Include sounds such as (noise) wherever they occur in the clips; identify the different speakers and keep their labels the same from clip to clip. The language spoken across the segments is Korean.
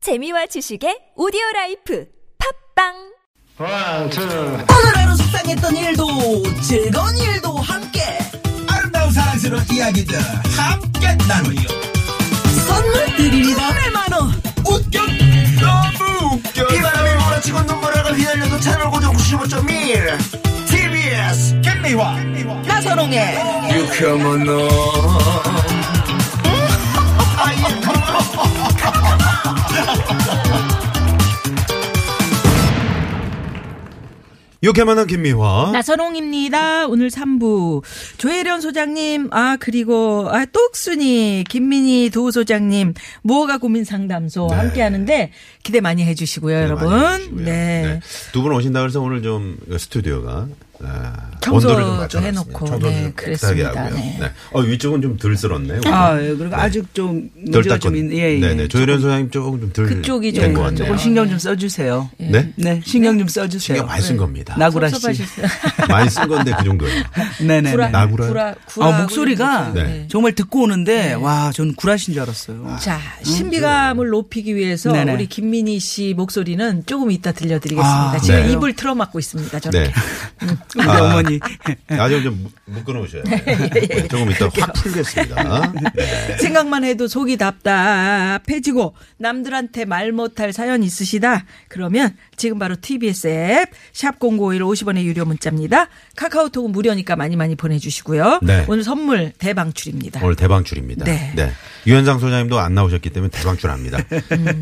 Speaker 1: 재미와 지식의 오디오 라이프 팝빵
Speaker 2: 아,
Speaker 3: One, two.
Speaker 4: 오늘 하루 속상했던 일도 즐거운 일도 함께
Speaker 5: 아름다운 사랑스러운 이야기들 함께 나누요.
Speaker 4: 선물 드립니다 네, 8만원
Speaker 5: 웃겨 너무 웃겨.
Speaker 6: 바람이 몰아치고 눈물을 휘날려도 채널 고정 95.1 TBS
Speaker 5: 김미화
Speaker 4: 나선홍의
Speaker 6: 유쾌한 너
Speaker 2: 유쾌만한 김미화.
Speaker 7: 나선홍입니다. 오늘 3부. 조혜련 소장님, 아, 그리고, 아, 똑순이, 김민희 도소장님, 무허가 고민 상담소 함께 하는데 네. 기대 많이 해주시고요, 여러분. 네.
Speaker 2: 두 분 오신다 그래서 오늘 좀 스튜디오가 아,
Speaker 7: 청소도
Speaker 2: 온도를 좀 맞춰
Speaker 7: 해놓고,
Speaker 2: 청소도
Speaker 7: 네,
Speaker 2: 좀 깨끗하게
Speaker 7: 그랬습니다.
Speaker 2: 하고요.
Speaker 7: 네.
Speaker 2: 네. 어 위쪽은 좀 덜 쓸었네요.
Speaker 8: 아, 예, 그리고 아직 좀
Speaker 2: 덜
Speaker 8: 문제가 좀
Speaker 2: 닦은.
Speaker 8: 있, 예, 예.
Speaker 2: 네네. 조혜련 소장님 조금 좀덜
Speaker 7: 그쪽이 좀
Speaker 2: 된것 같네요.
Speaker 8: 조금 신경 좀 써주세요.
Speaker 2: 네.
Speaker 8: 네, 신경 좀 써주세요. 네.
Speaker 2: 신경 많이
Speaker 7: 네.
Speaker 2: 쓴 겁니다.
Speaker 8: 나구라 씨.
Speaker 7: 섭섭하셨어요.
Speaker 2: 많이 쓴 건데 그
Speaker 7: (laughs)
Speaker 2: 정도예요.
Speaker 8: 네네.
Speaker 7: 구라,
Speaker 8: 네.
Speaker 2: 나구라요?
Speaker 7: 구라, 구라.
Speaker 8: 아, 목소리가
Speaker 2: 네.
Speaker 8: 정말 듣고 오는데
Speaker 7: 네.
Speaker 8: 와, 저는 구라신 줄 알았어요.
Speaker 2: 아.
Speaker 7: 자, 신비감을 높이기 위해서
Speaker 8: 네네.
Speaker 7: 우리 김민희 씨 목소리는 조금 이따 들려드리겠습니다.
Speaker 8: 아,
Speaker 7: 지금
Speaker 2: 네.
Speaker 7: 입을 틀어막고 있습니다, 저렇게.
Speaker 2: 네.
Speaker 8: 우리
Speaker 2: 아.
Speaker 8: 어머니.
Speaker 2: 아주 좀 묶어놓으셔야 돼요.
Speaker 7: 예,
Speaker 2: 네, 조금 이따 확 풀겠습니다. 네.
Speaker 7: (laughs) 생각만 해도 속이 답답해지고 남들한테 말 못할 사연 있으시다. 그러면 지금 바로 TBS 앱, 샵0951 50원의 유료 문자입니다. 카카오톡은 무료니까 많이 많이 보내주시고요.
Speaker 2: 네.
Speaker 7: 오늘 선물 대방출입니다.
Speaker 2: 오늘 대방출입니다.
Speaker 7: 네.
Speaker 2: 유현상 소장님도 안 나오셨기 때문에 대방출합니다.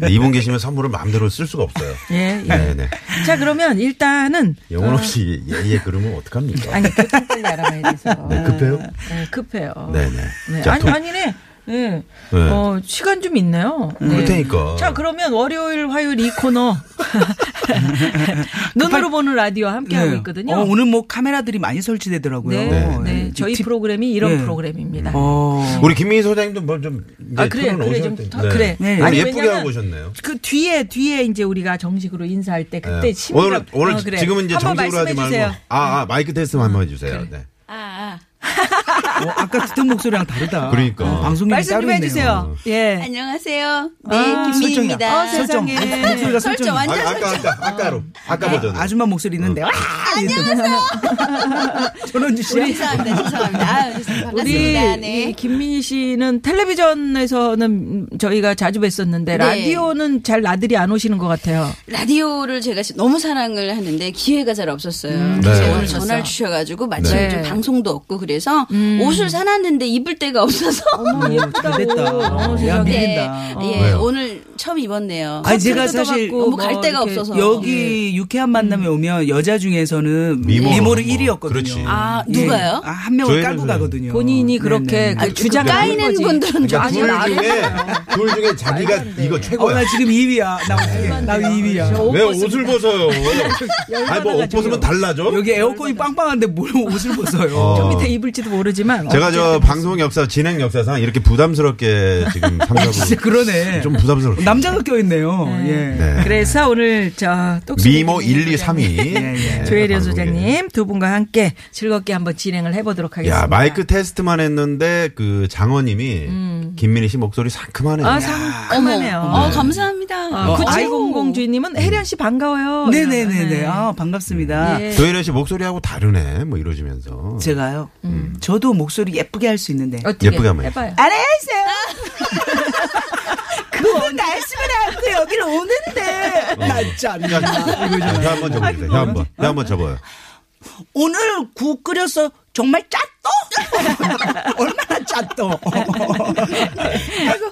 Speaker 2: 네, 이분 계시면 선물을 마음대로 쓸 수가 없어요.
Speaker 7: 음. 예, 예.
Speaker 2: 네네.
Speaker 7: 자, 그러면 일단은.
Speaker 2: 영혼 없이 예예 그러면 어떡합니까?
Speaker 7: 어. 아니, 급한 빨리 알아봐야 돼서.
Speaker 2: 네, 급해요?
Speaker 7: 네, 급해요.
Speaker 2: 네네.
Speaker 7: 네.
Speaker 2: 자,
Speaker 7: 아니,
Speaker 2: 도-
Speaker 7: 아니네. 네.
Speaker 2: 네. 음,
Speaker 7: 어, 시간 좀 있네요. 네.
Speaker 2: 그렇다니까.
Speaker 7: 자, 그러면 월요일, 화요일 이
Speaker 8: (laughs)
Speaker 7: 코너. 눈으로 보는 라디오 함께 하고
Speaker 8: 네.
Speaker 7: 있거든요.
Speaker 8: 어, 오늘 뭐 카메라들이 많이 설치되더라고요.
Speaker 7: 네.
Speaker 2: 네.
Speaker 7: 네.
Speaker 8: 예.
Speaker 7: 저희
Speaker 8: 팁-
Speaker 7: 프로그램이 이런
Speaker 8: 네.
Speaker 7: 프로그램입니다.
Speaker 8: 어.
Speaker 2: 우리 김민희 소장님도 뭐 뭘좀
Speaker 7: 아, 그래, 그래, 좀, 더- 그래.
Speaker 8: 네.
Speaker 2: 오늘
Speaker 7: 아니,
Speaker 2: 예쁘게
Speaker 7: 왜냐면
Speaker 2: 하고 오셨네요.
Speaker 7: 그 뒤에 뒤에 이제 우리가 정식으로 인사할 때 어, 그때
Speaker 2: 네.
Speaker 7: 심리
Speaker 2: 오늘 오늘 지금은 이제 정식으로 하지 말고 아, 아 마이크 테스트 한번 해주세요. 네.
Speaker 9: 아,
Speaker 8: 어, 아까 듣던 목소리랑 다르다. 어,
Speaker 2: 그러니까.
Speaker 8: 방송이
Speaker 7: 말씀
Speaker 8: 따로
Speaker 7: 좀
Speaker 8: 있네요.
Speaker 7: 해주세요. 예.
Speaker 9: 안녕하세요. 네,
Speaker 8: 아,
Speaker 9: 김미입니다.
Speaker 7: 아,
Speaker 8: 설정.
Speaker 7: 세상에.
Speaker 9: 설정
Speaker 8: 목소리가 설정.
Speaker 2: 아니,
Speaker 9: 완전
Speaker 2: 아까
Speaker 7: 어.
Speaker 2: 아까 아까로
Speaker 7: 네.
Speaker 2: 아까 버전.
Speaker 8: 아줌마 목소리
Speaker 2: 어.
Speaker 8: 있는데. 와! 안녕하세요. (laughs) 전원주 씨.
Speaker 9: 죄송합니다. 죄송합니다. 아, 죄송합니다.
Speaker 7: 우리
Speaker 9: 반갑습니다.
Speaker 7: 이
Speaker 9: 네.
Speaker 7: 김민희 씨는 텔레비전에서는 저희가 자주 뵀었는데
Speaker 9: 네.
Speaker 7: 라디오는 잘 나들이 안 오시는 것 같아요.
Speaker 9: 라디오를 제가 너무 사랑을 하는데 기회가 잘 없었어요.
Speaker 2: 네.
Speaker 9: 그래서 오늘 전화를 주셔가지고 마침
Speaker 7: 네. 음.
Speaker 9: 좀 방송도 없고 그래서 옷을 사놨는데 입을 데가 없어서
Speaker 7: 어머 네. 어. 예쁘다.
Speaker 8: 음, 잘됐다. 어, 야, 밀린다.
Speaker 9: 예,
Speaker 2: 왜요?
Speaker 9: 오늘 처음 입었네요.
Speaker 8: 아니, 제가 사실
Speaker 7: 뭐
Speaker 9: 너무 갈 데가 없어서
Speaker 8: 여기 유쾌한 만남에 오면 여자 중에서는
Speaker 2: 미모.
Speaker 8: 미모. 를
Speaker 2: 어,
Speaker 8: 1위였거든요.
Speaker 2: 그렇지.
Speaker 9: 아
Speaker 8: 예.
Speaker 9: 누가요?
Speaker 8: 아, 한 명을
Speaker 2: 저희는
Speaker 8: 깔고
Speaker 2: 그래요.
Speaker 8: 가거든요.
Speaker 7: 본인이 그렇게
Speaker 8: 네네.
Speaker 7: 그 주장
Speaker 9: 까이는 분들은 좀
Speaker 2: 그러니까
Speaker 7: 아니,
Speaker 2: 둘
Speaker 7: 나를-
Speaker 2: 중에 둘 중에 자기가 이거
Speaker 8: 어,
Speaker 2: 최고야.
Speaker 8: 나 지금 2위야.
Speaker 7: 아,
Speaker 8: 나 어떻게? 나 2위야.
Speaker 2: 왜 옷을
Speaker 7: (laughs)
Speaker 2: 벗어요? 아니 뭐 옷 벗으면 달라져?
Speaker 8: 여기 에어컨이 빵빵한데 뭘 (laughs) 옷을 벗어요.
Speaker 2: 어.
Speaker 7: 저 밑에 입을지도 모르지만
Speaker 2: 제가 저 방송 역사 진행 역사상 이렇게 부담스럽게
Speaker 7: (laughs)
Speaker 2: 지금
Speaker 8: 진짜
Speaker 2: 삼사부
Speaker 8: 그러네.
Speaker 2: 좀 부담스럽죠.
Speaker 8: 남자가 껴있네요. 예.
Speaker 2: 네.
Speaker 7: 그래서 오늘 저 똑순이
Speaker 2: 미모 1, 2, 3위.
Speaker 7: 그 네,
Speaker 2: 네,
Speaker 7: 조혜련 소장님 두 분과 함께 즐겁게 한번 진행을 해보도록 하겠습니다.
Speaker 2: 야 마이크 테스트만 했는데 그 장어님이 김민희 씨 목소리 상큼하네요.
Speaker 7: 음. 아
Speaker 9: 어머,
Speaker 7: 상큼하네요.
Speaker 9: 어, 감사합니다.
Speaker 2: 아,
Speaker 9: 아,
Speaker 7: 어, 9700 주인님은 혜련 씨 반가워요.
Speaker 8: 네네네네. 아, 반갑습니다.
Speaker 7: 어, 예.
Speaker 2: 조혜련 씨 목소리하고 다르네. 뭐 이러시면서
Speaker 8: 제가요.
Speaker 7: 음.
Speaker 8: 저도 목소리 예쁘게 할 수 있는데.
Speaker 7: 어떻게
Speaker 2: 예쁘게 한번
Speaker 7: 해봐요. 아.
Speaker 8: 알았어요. (laughs) 그분 말씀을 하고 여기로
Speaker 2: 어.
Speaker 8: 오는데. 나
Speaker 2: 야,
Speaker 8: 짠.
Speaker 2: 혀 한번
Speaker 7: 아,
Speaker 2: 접어주세요. 혀 한번, 혀 한번 접어요.
Speaker 8: 오늘 국 끓여서 정말 짰어? 얼마나 짰어?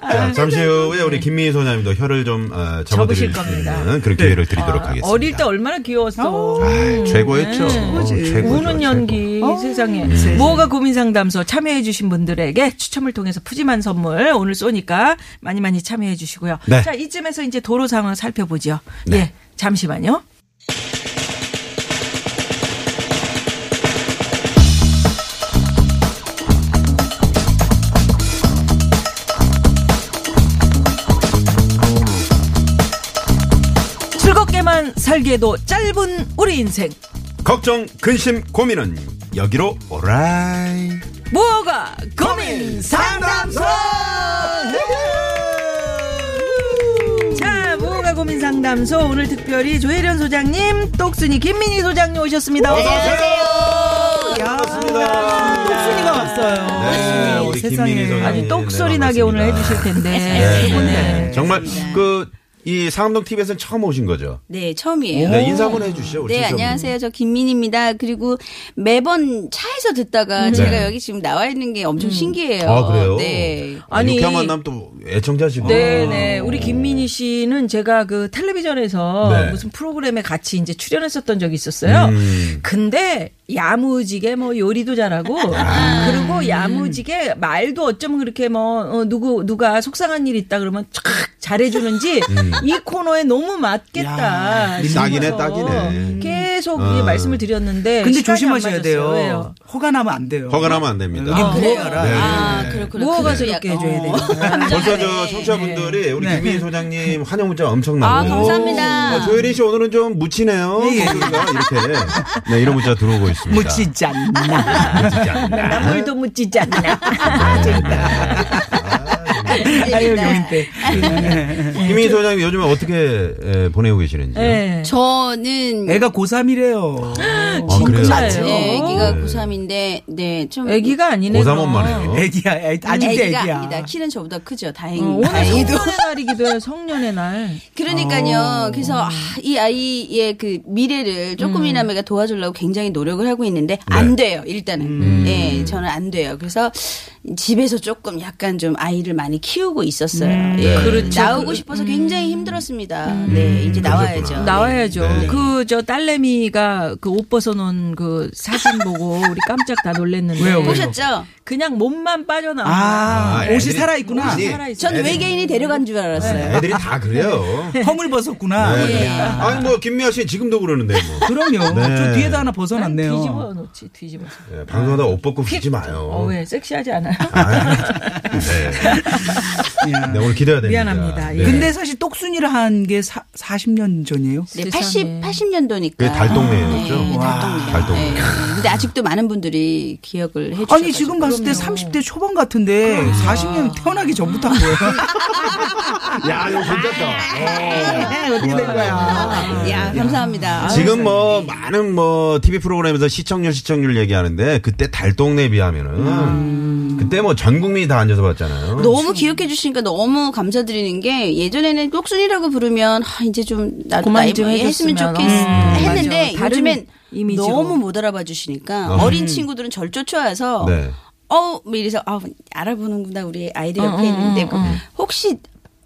Speaker 7: 아,
Speaker 2: 자, 잠시 후에 우리 김민희 소장님도 혀를 좀 어, 접어드릴
Speaker 7: 네. 접으실
Speaker 2: 수
Speaker 7: 겁니다. 네. 아,
Speaker 2: 있는 그런 기회를 드리도록 하겠습니다.
Speaker 7: 어릴 때 얼마나 귀여웠어.
Speaker 2: 아, 최고였죠. 어, 최고죠,
Speaker 7: 우는
Speaker 2: 최고. 어? 음. 네.
Speaker 7: 연기 세상에 무허가 고민 상담소 참여해 주신 분들에게 추첨을 통해서 푸짐한 선물 오늘 쏘니까 많이 많이 참여해 주시고요.
Speaker 2: 네.
Speaker 7: 자 이쯤에서 이제 도로 상황 살펴보죠.
Speaker 2: 네.
Speaker 7: 예, 잠시만요. 즐겁게만 살기에도 짧은 우리 인생
Speaker 2: 걱정, 근심, 고민은 여기로 오라이.
Speaker 7: 무허가 고민 상담소. 자, 무허가 고민 상담소 오늘 특별히 조혜련 소장님, 똑순이 김민희 소장님 오셨습니다.
Speaker 2: 네.
Speaker 7: 어서 오세요.
Speaker 2: 반갑습니다.
Speaker 7: 똑순이가 왔어요.
Speaker 2: 네, 우리
Speaker 7: 아. 세상에.
Speaker 2: 김민희 소장님.
Speaker 7: 아주 똑소리
Speaker 2: 네,
Speaker 7: 나게 오늘
Speaker 2: 반갑습니다.
Speaker 7: 해주실 텐데.
Speaker 2: 네,
Speaker 7: 세 분들.
Speaker 2: 네. 정말 그 이 상암동 TV에서는 처음 오신 거죠?
Speaker 9: 네, 처음이에요.
Speaker 2: 네, 인사 한번 해주시죠. 우리
Speaker 9: 네,
Speaker 2: 시청자분들.
Speaker 9: 안녕하세요. 저 김민입니다. 그리고 매번 차에서 듣다가 제가 여기 지금 나와 있는 게
Speaker 7: 음.
Speaker 9: 엄청 신기해요.
Speaker 2: 네. 아 그래요?
Speaker 9: 네.
Speaker 7: 아니.
Speaker 2: 아니 이렇게 만나면 또 애청자시고.
Speaker 7: 네네. 우리 김민희 씨는 제가 그 텔레비전에서
Speaker 2: 네.
Speaker 7: 무슨 프로그램에 같이 이제 출연했었던 적이 있었어요.
Speaker 2: 음.
Speaker 7: 근데 야무지게 뭐 요리도 잘하고
Speaker 2: 아.
Speaker 7: 그리고 야무지게 말도 어쩌면 그렇게 뭐 어, 누구 누가 속상한 일 있다 그러면 촥 잘해주는지 이 코너에 너무 맞겠다.
Speaker 2: 음. 야,
Speaker 7: 싶어서
Speaker 2: 딱이네, 딱이네.
Speaker 7: 계속
Speaker 2: 음.
Speaker 7: 이 말씀을 드렸는데
Speaker 8: 근데
Speaker 7: 시간이
Speaker 8: 조심하셔야
Speaker 7: 안
Speaker 8: 돼요.
Speaker 7: 맞았어요. 왜요?
Speaker 8: 허가 나면 안 돼요.
Speaker 2: 허가 나면 안 됩니다.
Speaker 8: 여기
Speaker 9: 그래요?
Speaker 8: 무허가라.
Speaker 9: 아,
Speaker 2: 네.
Speaker 9: 그렇구나.
Speaker 7: 무허가서
Speaker 9: 그래요. 어.
Speaker 7: 이렇게 해줘야 돼요.
Speaker 2: 벌써 저 청취자분들이 우리
Speaker 8: 네.
Speaker 2: 김민희 소장님 환영 문자 엄청나고.
Speaker 9: 네. 아, 감사합니다.
Speaker 2: 어, 조혜린 씨 오늘은 좀 묻히네요.
Speaker 8: 예.
Speaker 2: 목소리가 이렇게 네, 이런 문자 들어오고 있습니다.
Speaker 8: 묻히지 않나.
Speaker 2: 묻히지 않나.
Speaker 7: (laughs) 나 물도 묻지
Speaker 9: (laughs)
Speaker 7: 않나.
Speaker 2: 네,
Speaker 8: 아유, 용인데.
Speaker 2: 김민희 소장님 요즘에 어떻게 예, 보내고 계시는지.
Speaker 7: 네.
Speaker 9: 저는
Speaker 8: 애가 고3이래요.
Speaker 2: 아, 그래요?
Speaker 7: 진짜예요?
Speaker 9: 네, 아기가
Speaker 2: 네.
Speaker 9: 93인데 네, 좀
Speaker 7: 애기가 아니네. 뭐.
Speaker 2: 고삼원만
Speaker 7: 그럼.
Speaker 2: 해요.
Speaker 8: 애기야, 애, 아직도
Speaker 9: 애기가
Speaker 8: 애기야.
Speaker 9: 아니다. 키는 저보다 크죠. 다행히.
Speaker 7: 어, 오늘
Speaker 9: 다행히.
Speaker 7: 성년의 날이기도 해요. 성년의 날.
Speaker 9: 그러니까요. 그래서 아, 이 아이의 그 미래를 조금이나마 가 도와주려고 굉장히 노력을 하고 있는데 안 돼요. 일단은. 예, 저는 안 돼요. 그래서 집에서 조금 약간 좀 아이를 많이 키우고 있었어요. 예.
Speaker 7: 그렇죠.
Speaker 9: 나오고 싶어서 굉장히 힘들었습니다. 네, 이제 나와야죠.
Speaker 2: 그러셨구나.
Speaker 7: 나와야죠.
Speaker 2: 네.
Speaker 7: 그 저 딸내미가 그 옷 벗어놓은 그
Speaker 8: (laughs)
Speaker 7: 사진 보고 우리 깜짝 다 놀랐는데.
Speaker 8: 왜요, 왜요?
Speaker 9: 보셨죠?
Speaker 7: 그냥 몸만 빠져나와.
Speaker 8: 아,
Speaker 2: 아,
Speaker 8: 옷이
Speaker 2: 애들이-
Speaker 8: 살아있구나.
Speaker 2: 옷이-
Speaker 7: 살아있어.
Speaker 9: 전 외계인이 데려간 줄 알았어요.
Speaker 2: 애들이 다 그래요.
Speaker 8: 허물 벗었구나.
Speaker 2: 네. 아니 뭐 김미아 씨 지금도 그러는데 뭐.
Speaker 8: 그럼요.
Speaker 2: 네.
Speaker 8: 저 뒤에다 하나 벗어놨네요.
Speaker 7: 뒤집어 놓지, 뒤집어.
Speaker 2: 예, 방송하다 옷 벗고 웃지 마요.
Speaker 7: 어, 왜? 섹시하지
Speaker 8: (laughs)
Speaker 7: 않아요?
Speaker 2: 아, 네.
Speaker 8: 야.
Speaker 2: 네, 오늘 기대해야 됩니다.
Speaker 7: 미안합니다.
Speaker 2: 네.
Speaker 8: 예. 근데 사실 똑순이를 한 게 40년 전이에요.
Speaker 9: 네,
Speaker 7: 세상에.
Speaker 9: 80, 80년도니까.
Speaker 2: 그게 달동네였죠?
Speaker 9: 네,
Speaker 2: 와.
Speaker 9: 달동네.
Speaker 2: 달동네.
Speaker 9: 네. 근데 아직도 많은 분들이 기억을
Speaker 7: (laughs)
Speaker 9: 해주셔서.
Speaker 8: 아니 지금 봤을 때 30대 초반 같은데
Speaker 2: 아.
Speaker 8: 40년 태어나기 전부터
Speaker 2: (laughs)
Speaker 8: 한 거예요.
Speaker 2: 야, 이거 괜찮다.
Speaker 8: 어떻게 된 거야?
Speaker 9: 네. 야, 감사합니다. 아유,
Speaker 2: 네. 지금 뭐 많은 뭐 TV 프로그램에서 시청률 시청률 얘기하는데 그때 달동네 비하면은 그때 뭐 전 국민이 다 앉아서 봤잖아요.
Speaker 9: 너무 기억해 주시니까 너무 감사드리는 게 예전에는 똑순이라고 부르면 아, 이제 좀 나도
Speaker 7: 그만
Speaker 9: 나이
Speaker 7: 좀
Speaker 9: 많이 했으면
Speaker 7: 해줬으면.
Speaker 9: 좋겠
Speaker 7: 음,
Speaker 9: 했는데
Speaker 7: 맞아.
Speaker 9: 요즘엔
Speaker 7: 다른 이미지로.
Speaker 9: 너무 못 알아봐 주시니까
Speaker 2: 어.
Speaker 9: 어. 린 친구들은 절 쫓아와서
Speaker 2: 네.
Speaker 9: 어우 뭐 이래서 아 알아보는구나 우리 아이들 옆에 있는데 그 혹시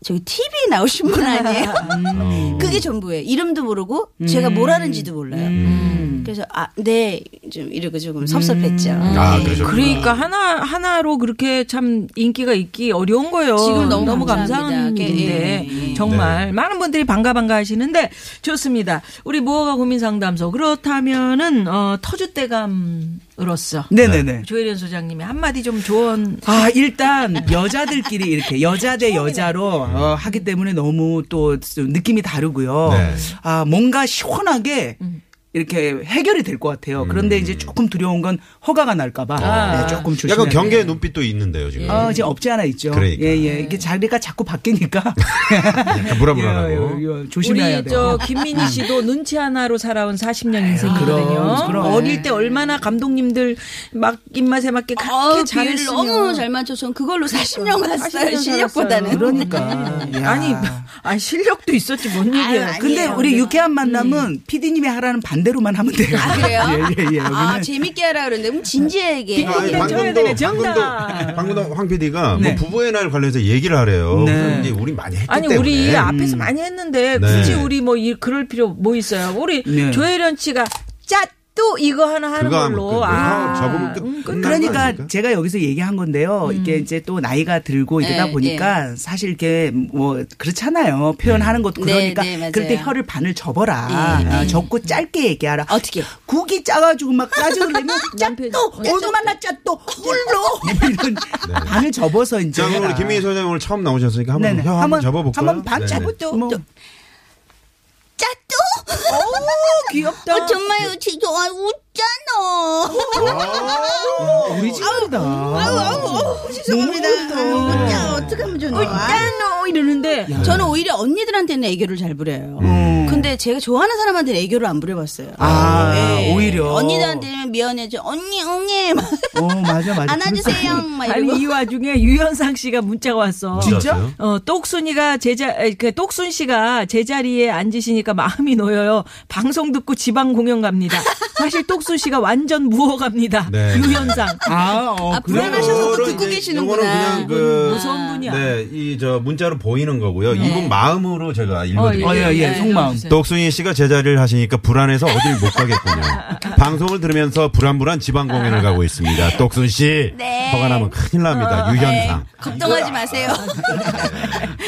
Speaker 9: 저기 TV 나오신 분 아니에요?
Speaker 8: 음.
Speaker 9: (laughs) 그게 전부예요. 이름도 모르고 제가 뭘 하는지도
Speaker 8: 음.
Speaker 9: 몰라요. 그래서 아, 아네좀 이러고 조금 섭섭했죠.
Speaker 2: 아,
Speaker 9: 네.
Speaker 2: 그러셨구나.
Speaker 7: 그러니까 하나 하나로 그렇게 참 인기가 있기 어려운 거예요.
Speaker 9: 지금 너무 감사합니다.
Speaker 7: 감사한
Speaker 9: 예,
Speaker 7: 일인데
Speaker 9: 예, 예.
Speaker 8: 네.
Speaker 7: 정말 많은 분들이 반가 반가 하시는데 좋습니다. 우리 무허가 고민 상담소 그렇다면은 어, 터줏대감으로서
Speaker 8: 네네네.
Speaker 7: 조혜련 소장님이 한마디 좀 조언.
Speaker 8: 아 일단 여자들끼리 이렇게 여자 대 여자로 어, 하기 때문에 너무 또좀 느낌이 다르고요.
Speaker 2: 네.
Speaker 8: 아 뭔가 시원하게
Speaker 7: 음.
Speaker 8: 이렇게 해결이 될 것 같아요. 그런데 이제 조금 두려운 건 허가가 날까봐
Speaker 7: 아.
Speaker 8: 네, 조금
Speaker 2: 음.
Speaker 8: 조심해야
Speaker 2: 약간
Speaker 8: 돼요.
Speaker 2: 경계의 눈빛도 있는데요 지금.
Speaker 8: 어, 이제 없지 않아 있죠.
Speaker 2: 그러니까.
Speaker 8: 예, 예. 이게 자리가 자꾸 바뀌니까.
Speaker 2: 약간 (laughs) 불안불안하고.
Speaker 8: 예, 예, 예. 조심해야
Speaker 7: 우리
Speaker 8: 돼요. 음.
Speaker 7: 저 김민희 씨도 눈치 하나로 살아온 40년 인생이거든요.
Speaker 8: 그럼, 그럼.
Speaker 7: 어릴 때 얼마나 감독님들 막 입맛에 맞게
Speaker 9: 어,
Speaker 7: 그렇게
Speaker 9: 비율
Speaker 7: 잘했으면
Speaker 9: 너무 잘 맞춰. 전 그걸로 40년 갔어요.
Speaker 7: 40년
Speaker 9: 실력보다는.
Speaker 7: 살았어요.
Speaker 8: (laughs) 그러니까. 야.
Speaker 7: 아니, 아니 실력도 있었지 뭔 얘기야.
Speaker 9: 아유,
Speaker 8: 근데
Speaker 9: 아니에요.
Speaker 8: 우리 유쾌한 만남은 피디님이 하라는 반대로만 하면 돼요.
Speaker 9: 네. 아, 그래요?
Speaker 8: (laughs) 예, 예, 예. 여기는
Speaker 9: 아, 재밌게 하라 그러는데, 그럼
Speaker 8: 예.
Speaker 9: 진지하게.
Speaker 2: 아니,
Speaker 7: 네, 쳐야 되네, 정답.
Speaker 2: 방금도, 방금도 황 PD가
Speaker 8: 네.
Speaker 2: 뭐 부부의 날 관련해서 얘기를 하래요.
Speaker 8: 네.
Speaker 2: 그래서 이제 우리 많이 했기
Speaker 7: 아니
Speaker 2: 때문에.
Speaker 7: 우리
Speaker 8: 음.
Speaker 7: 앞에서 많이 했는데 굳이
Speaker 2: 네.
Speaker 7: 우리 뭐 이, 그럴 필요 뭐 있어요? 우리
Speaker 8: 네.
Speaker 7: 조혜련 씨가 짜또 이거 하나 하는
Speaker 2: 그거 하면
Speaker 7: 걸로
Speaker 2: 끝.
Speaker 7: 아
Speaker 2: 아, 접으면 끝.
Speaker 7: 음,
Speaker 2: 끝나는 거
Speaker 8: 그러니까
Speaker 2: 아닙니까?
Speaker 8: 제가 여기서 얘기한 건데요.
Speaker 9: 음.
Speaker 8: 이게 이제 또 나이가 들고 이러다
Speaker 9: 예,
Speaker 8: 보니까 사실 이게 뭐 그렇잖아요. 표현하는 것도
Speaker 9: 네,
Speaker 8: 그러니까
Speaker 9: 네, 맞아요.
Speaker 8: 그럴 때 혀를 반을 접어라.
Speaker 9: 예,
Speaker 8: 아, 접고 짧게 얘기하라.
Speaker 9: 어떻게?
Speaker 8: 국이 짜가지고
Speaker 9: (laughs)
Speaker 8: 막 까지올리면
Speaker 7: 남편이-
Speaker 8: 짜또 어느 만나 짜또
Speaker 9: 네.
Speaker 8: 물로 뭐 이런 반을 접어서 이제
Speaker 2: 자, 그럼 우리
Speaker 8: 해라.
Speaker 2: 김민희 소장님 오늘 처음 나오셨으니까 한번
Speaker 8: 네네.
Speaker 2: 혀 한번 접어볼까요?
Speaker 8: 한번 반
Speaker 2: 네네.
Speaker 8: 접어도 뭐.
Speaker 9: 짜또?
Speaker 8: 귀엽다.
Speaker 9: 어, 정말, 그 지- 어, 우- 없잖아.
Speaker 8: 우리 집이다.
Speaker 9: 아우 아우 아우 죄송합니다. 아유, 어쩌 어떻게 하면 좋나?
Speaker 7: 뭐
Speaker 9: 어쩌노 이러는데 저는 오히려 언니들한테는 애교를 잘 부려요. 근데 제가 좋아하는 사람한테는 애교를 안 부려봤어요.
Speaker 8: 아,
Speaker 9: 예.
Speaker 8: 오히려.
Speaker 9: 언니들한테는 미안해져. 언니 응애 막
Speaker 8: 어, 맞아, 맞아.
Speaker 9: 안아주세요 막 이러고.
Speaker 7: 아니 이 와중에 유현상 씨가 문자가
Speaker 2: 네.
Speaker 7: 왔어.
Speaker 8: 진짜?
Speaker 7: 어, 똑순이가 제자, 에, 그, 똑순 씨가 제자리에 앉으시니까 마음이 놓여요. 방송 듣고 지방 공연 갑니다. 사실 똑순 씨가 완전 무어갑니다.
Speaker 2: 네.
Speaker 7: 유현상.
Speaker 8: 아, 어,
Speaker 9: 아,
Speaker 8: 그래.
Speaker 9: 불안하셔서 또
Speaker 2: 요거는
Speaker 9: 듣고
Speaker 2: 이제
Speaker 9: 계시는구나. 음.
Speaker 2: 요거는 그냥 그
Speaker 7: 무서운 분이야.
Speaker 2: 네, 이 저 문자로 보이는 거고요.
Speaker 9: 네.
Speaker 2: 이분 마음으로 제가 읽어드릴게요.
Speaker 8: 어, 예, 예,
Speaker 9: 아,
Speaker 8: 속마음.
Speaker 2: 독순이 씨가 제자리를 하시니까 불안해서 어딜 못 가겠군요.
Speaker 9: (laughs)
Speaker 2: 방송을 들으면서 불안불안 지방 공연을 가고 있습니다. 독순 씨,
Speaker 9: 네.
Speaker 2: 허가 나면 큰일 납니다. 유현상.
Speaker 9: 네, 걱정하지 마세요.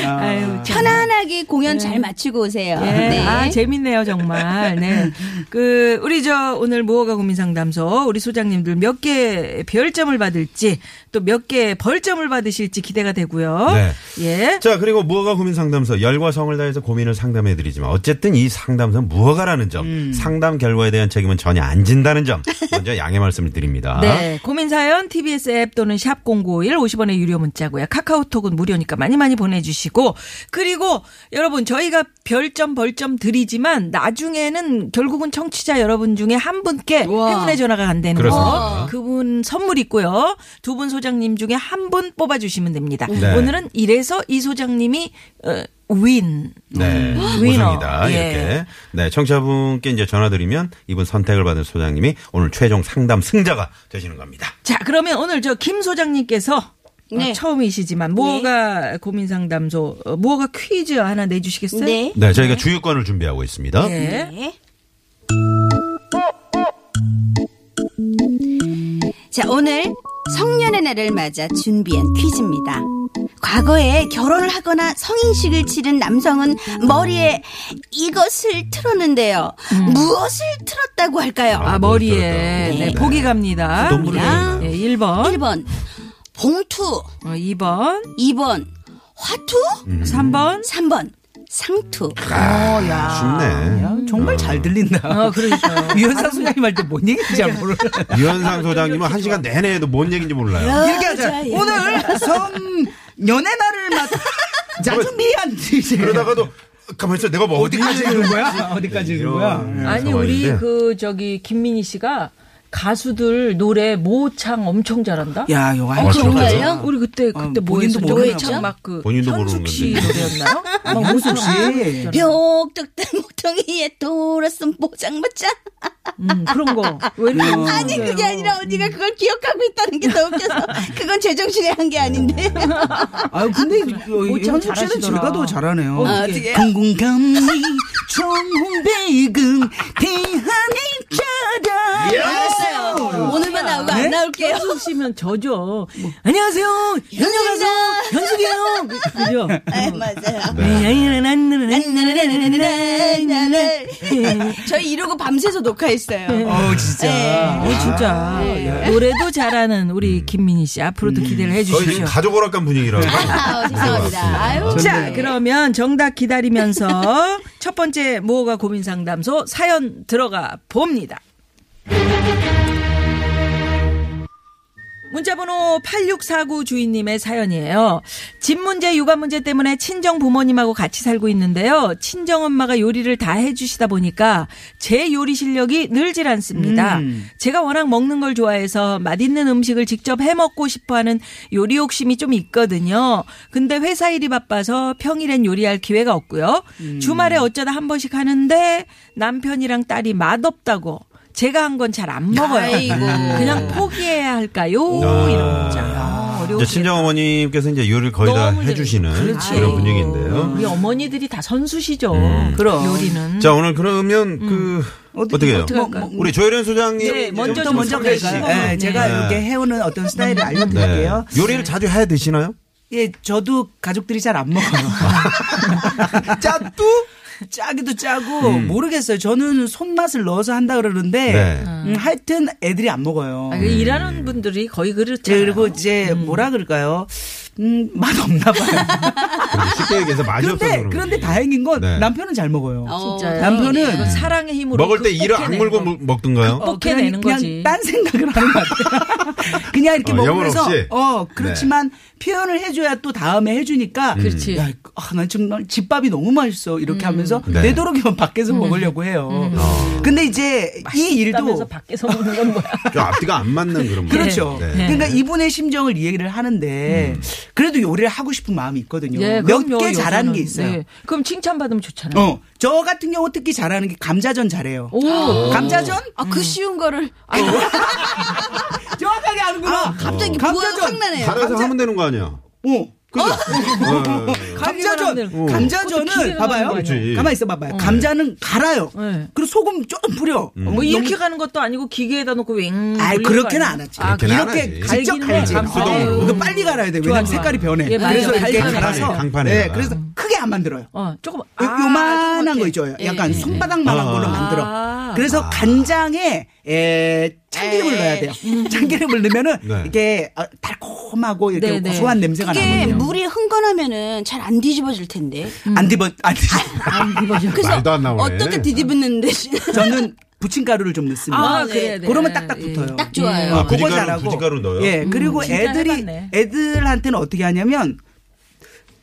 Speaker 7: 아유, 참.
Speaker 9: 편안하게 공연 잘 마치고 오세요.
Speaker 7: 네. 예.
Speaker 9: 네.
Speaker 7: 아, 재밌네요, 정말. 네. 그, 우리 저, 오늘 무허가 고민 상담소, 우리 소장님들 몇 개 별점을 받을지, 또 몇 개 벌점을 받으실지 기대가 되고요.
Speaker 2: 네.
Speaker 7: 예.
Speaker 2: 자, 그리고 무허가 고민 상담소 열과 성을 다해서 고민을 상담해 드리지만 어쨌든 이 상담소는 무허가라는 점,
Speaker 9: 음.
Speaker 2: 상담 결과에 대한 책임은 전혀 안 진다는 점 먼저 양해 말씀을 드립니다.
Speaker 7: 네. 고민 사연 TBS 앱 또는 샵 0951 50원의 유료 문자고요. 카카오톡은 무료니까 많이 많이 보내 주시고 그리고 여러분 저희가 별점 벌점 드리지만 나중에는 결국은 청취자 여러분 중에 한 분께 행운의 전화가 간다는
Speaker 2: 그렇습니다.
Speaker 7: 거. 그분 선물 있고요. 두 분 소장님 중에 한 분 뽑아 주시면 됩니다.
Speaker 2: 네.
Speaker 7: 오늘은 이래서 이 소장님이 어, 윈.
Speaker 2: 네,
Speaker 7: 위너.
Speaker 2: 우승이다
Speaker 7: 예.
Speaker 2: 이렇게. 네, 청취자분께 이제 전화드리면 이분 선택을 받은 소장님이 오늘 최종 상담 승자가 되시는 겁니다.
Speaker 7: 자, 그러면 오늘 저 김 소장님께서
Speaker 9: 네.
Speaker 7: 어, 처음이시지만 무허가 고민 상담소 어, 무허가 퀴즈 하나 내주시겠어요?
Speaker 9: 네.
Speaker 2: 네, 저희가 주유권을 준비하고 있습니다.
Speaker 7: 네.
Speaker 9: 자, 오늘 성년의 날을 맞아 준비한 퀴즈입니다. 과거에 결혼을 하거나 성인식을 치른 남성은 머리에 이것을 틀었는데요. 무엇을 틀었다고 할까요?
Speaker 7: 아,
Speaker 2: 아,
Speaker 7: 머리에
Speaker 2: 네.
Speaker 7: 네, 보기 갑니다.
Speaker 2: 또 물어요.
Speaker 7: 네, 1번,
Speaker 9: 1번, 봉투.
Speaker 7: 어, 2번,
Speaker 9: 2번, 화투.
Speaker 7: 음.
Speaker 2: 음.
Speaker 7: 3번.
Speaker 9: 3번, 상투. 아,
Speaker 2: 쉽네.
Speaker 9: 음.
Speaker 8: 야, 정말 잘 들린다.
Speaker 7: 어, 그러니까.
Speaker 8: (laughs) 유현상 소장님 할 때 뭔 얘기인지 잘 모르.
Speaker 2: 유현상 소장님은 한 시간 내내 해도 뭔 얘기인지 몰라요.
Speaker 8: 이렇게 하자.
Speaker 9: 예.
Speaker 8: 오늘 성 연애 날을 맞. 자준비한 이제.
Speaker 2: 그러다가도 가만 있어, 내가 뭐
Speaker 8: 아,
Speaker 2: 어디까지
Speaker 8: 어디까지
Speaker 2: 네,
Speaker 8: 읽은 거야? 어디까지 읽은 거야?
Speaker 7: 아니, 우리
Speaker 2: 어,
Speaker 7: 그 저기 김민희 씨가 가수들 노래 모창 엄청 잘한다?
Speaker 8: 야, 이거
Speaker 2: 어,
Speaker 8: 아,
Speaker 2: 정말요?
Speaker 7: 우리 그때
Speaker 8: 어,
Speaker 7: 그때 뭐
Speaker 8: 본인도
Speaker 7: 했었죠?
Speaker 8: 모르나
Speaker 9: 보다.
Speaker 7: 막그
Speaker 2: 본인도
Speaker 7: 현숙
Speaker 2: 모르는
Speaker 7: 씨
Speaker 2: 건데.
Speaker 7: 노래였나요? 막
Speaker 8: 현숙 씨.
Speaker 9: 벽덕대 (laughs) 모퉁이에 돌았음 보장맞자.
Speaker 7: (laughs) 음, 그런 거. 음. 왜 이렇게
Speaker 2: 음.
Speaker 9: 아니 그게 아니라 언니가 그걸 기억하고 있다는 게 더 (laughs) 웃겨서 그건 제정신에 한 게 아닌데.
Speaker 8: 아, 근데 어,
Speaker 7: 옷참
Speaker 8: 현숙 씨는
Speaker 7: 잘하시더라.
Speaker 8: 제가 더 잘하네요.
Speaker 7: 어,
Speaker 9: 어떻게?
Speaker 8: 궁궁감리 청홍배금 대한민국라
Speaker 9: 알았어요. (laughs) 네? 오늘만 나오고 안 나올게요.
Speaker 7: 네? 현숙 씨면 저죠. 안녕하세요. 현녀 가수 현숙이에요. 그-
Speaker 9: (laughs)
Speaker 7: 그죠?
Speaker 9: 네, 맞아요.
Speaker 7: 네.
Speaker 9: (laughs) 저희 이러고 밤새서 녹화했어요. 네.
Speaker 8: 어, 진짜.
Speaker 7: 어,
Speaker 9: 아,
Speaker 7: 진짜 노래도 잘하는 우리 김민희 씨 앞으로도 기대를
Speaker 2: 음, 저희 지금
Speaker 7: 해주시죠.
Speaker 2: 가족 오락관 분위기라서.
Speaker 9: 아, 죄송합니다. 아유.
Speaker 7: 자 그러면
Speaker 9: (laughs)
Speaker 7: 정답 기다리면서 첫 번째 무허가 고민 상담소 사연 들어가 봅니다. 문자번호 8649 주인님의 사연이에요. 집 문제, 육아 문제 때문에 친정 부모님하고 같이 살고 있는데요. 친정 엄마가 요리를 다 해주시다 보니까 제 요리 실력이 늘질 않습니다. 제가 워낙 먹는 걸 좋아해서 맛있는 음식을 직접 해 먹고 싶어하는 요리 욕심이 좀 있거든요. 근데 회사 일이 바빠서 평일엔 요리할 기회가 없고요. 주말에 어쩌다 한 번씩 하는데 남편이랑 딸이 맛없다고. 제가 한 건 잘 안 먹어요.
Speaker 9: 아이고.
Speaker 7: 그냥 포기해야 할까요? 이런 문자. 어려우시겠다.
Speaker 2: 이제 친정 어머님께서 이제 요리를 거의 다
Speaker 7: 너무
Speaker 2: 해주시는
Speaker 7: 재밌-
Speaker 2: 그런
Speaker 7: 아이고.
Speaker 2: 분위기인데요.
Speaker 7: 우리 어머니들이 다 선수시죠.
Speaker 8: 그럼.
Speaker 7: 요리는. 그러니까.
Speaker 2: 자, 오늘 그러면 그 어떻게 해요?
Speaker 7: 음. 어떡할까요?
Speaker 2: 우리 조혜련 소장님
Speaker 7: 네, 먼저
Speaker 8: 또
Speaker 7: 좀
Speaker 8: 음. 먼저
Speaker 7: 소개해
Speaker 8: 갈까요?
Speaker 7: 주시죠.
Speaker 8: 네, 제가
Speaker 2: 네.
Speaker 8: 이렇게 해오는 어떤 스타일을
Speaker 2: 네.
Speaker 8: 알려드릴게요.
Speaker 2: 요리를 자주 해 드시나요?
Speaker 8: 예, 저도 가족들이 잘 안 (laughs) 먹어요. 짭도 음. 짜기도 짜고 모르겠어요. 저는 손맛을 넣어서 한다 그러는데
Speaker 2: 네.
Speaker 8: 음, 하여튼 애들이 안 먹어요.
Speaker 7: 아, 그 일하는 분들이 거의 그렇죠.
Speaker 8: 제 그리고 이제 뭐라 그럴까요? 음, 맛 없나 (laughs) 봐요.
Speaker 2: 그런데 쉽게 얘기해서 맛이 없어서
Speaker 8: 그런데
Speaker 2: 그런
Speaker 8: 그런데
Speaker 2: 거지.
Speaker 8: 다행인 건
Speaker 2: 네.
Speaker 8: 남편은 잘 먹어요.
Speaker 9: 어,
Speaker 7: 진짜요?
Speaker 8: 남편은
Speaker 7: 이건 그렇죠. 사랑의 힘으로 그
Speaker 2: 먹을 때 이를 안
Speaker 7: 극복해내는
Speaker 2: 물고 뭐,
Speaker 7: 거.
Speaker 2: 먹- 먹던가요?
Speaker 7: 네. 어, 그냥-
Speaker 8: 그냥,
Speaker 7: 내는
Speaker 8: 그냥
Speaker 7: 거지.
Speaker 8: 딴 생각을 하는 것 같아요. (laughs) 그냥 이렇게
Speaker 2: 어, 영혼
Speaker 8: 먹으면서
Speaker 2: 없이? 네.
Speaker 8: 어 그렇지만 표현을 해줘야 또 다음에 해주니까
Speaker 7: 그렇지. 음.
Speaker 8: 야, 아, 난 정말 집밥이 너무 맛있어 이렇게 하면서
Speaker 2: 네. 어.
Speaker 8: 되도록이면 (laughs) 밖에서 먹으려고 해요. 근데 이제 이
Speaker 7: 하면서
Speaker 8: 일도
Speaker 7: 음. 밖에서 먹는 건 뭐야?
Speaker 2: 좀 앞뒤가 안 맞는 그런
Speaker 8: 그렇죠.
Speaker 2: 네. 음.
Speaker 8: 그러니까 이분의 심정을 이해를 하는데 그래도 요리를 하고 싶은 마음이
Speaker 7: (laughs)
Speaker 8: 있거든요.
Speaker 7: 예,
Speaker 8: 몇
Speaker 7: 그럼요,
Speaker 8: 개 잘하는 게
Speaker 7: 요새는.
Speaker 8: 있어요.
Speaker 7: 네. 그럼 칭찬받으면 좋잖아요.
Speaker 8: 어, 저 같은 경우 특히 잘하는 게 감자전 잘해요.
Speaker 7: 오.
Speaker 8: 감자전?
Speaker 9: 아 그 쉬운 거를 아,
Speaker 8: (gasps) 정확하게 아는구나.
Speaker 9: 갑자기
Speaker 8: 어.
Speaker 9: 부하가 확
Speaker 8: 감자전.
Speaker 9: 나네요.
Speaker 2: 달아서 하면 되는 거 아니야?
Speaker 8: 어.
Speaker 2: 그죠?
Speaker 7: 그러니까.
Speaker 2: 어, 어, 어.
Speaker 8: 감자전,
Speaker 7: 어. 그것도
Speaker 8: 감자전은
Speaker 7: 기계가
Speaker 8: 봐봐요.
Speaker 7: 하는
Speaker 2: 거지.
Speaker 8: 가만 있어 봐봐요. 감자는 갈아요.
Speaker 7: 네.
Speaker 8: 그리고 소금 조금 뿌려.
Speaker 2: 음.
Speaker 7: 뭐 이렇게 가는 것도 아니고 기계에다 놓고 윙.
Speaker 8: 아,
Speaker 7: 돌리는
Speaker 8: 그렇게는
Speaker 7: 거 아니야?
Speaker 8: 안 하지.
Speaker 2: 아, 그렇게는 안
Speaker 8: 이렇게
Speaker 2: 하지.
Speaker 8: 직접
Speaker 7: 갈기는
Speaker 8: 갈지.
Speaker 7: 거야,
Speaker 2: 수동으로.
Speaker 8: 이거 빨리 갈아야 돼.
Speaker 7: 좋아,
Speaker 8: 왜냐면
Speaker 7: 좋아.
Speaker 8: 색깔이 변해.
Speaker 7: 예, 맞아요.
Speaker 8: 그래서 이렇게
Speaker 7: 갈판에,
Speaker 8: 갈아서.
Speaker 2: 강판에.
Speaker 8: 네, 그래서 크게 안 만들어요.
Speaker 7: 어, 조금
Speaker 8: 요- 요만한 거 있죠. 약간 손바닥만한
Speaker 2: 아,
Speaker 8: 걸로
Speaker 2: 아.
Speaker 8: 만들어.
Speaker 7: 예, 아.
Speaker 8: 그래서 간장에 에, 참기름을
Speaker 7: 네.
Speaker 8: 넣어야 돼요.
Speaker 7: 음.
Speaker 8: 참기름을 넣으면은
Speaker 2: 네.
Speaker 8: 이게 아, 달콤하고 이렇게
Speaker 7: 네, 네.
Speaker 8: 고소한 냄새가
Speaker 9: 이게
Speaker 8: 나거든요.
Speaker 9: 물이 흥건하면은 잘 안 뒤집어질 텐데.
Speaker 8: 안 뒤버 안 뒤집어.
Speaker 9: 그래서
Speaker 2: 말도 안 나오네.
Speaker 9: 어떻게 뒤집었는데
Speaker 8: (laughs) 저는 부침가루를 좀 넣습니다.
Speaker 7: 아,
Speaker 9: 네.
Speaker 7: 그래야 돼.
Speaker 8: 그러면 딱딱 붙어요.
Speaker 9: 딱 좋아요.
Speaker 2: 아,
Speaker 8: 그거
Speaker 2: 부지가루,
Speaker 8: 잘하고.
Speaker 2: 부지가루 넣어요?
Speaker 8: 예, 그리고
Speaker 7: 진짜
Speaker 8: 애들이
Speaker 7: 해봤네.
Speaker 8: 애들한테는 어떻게 하냐면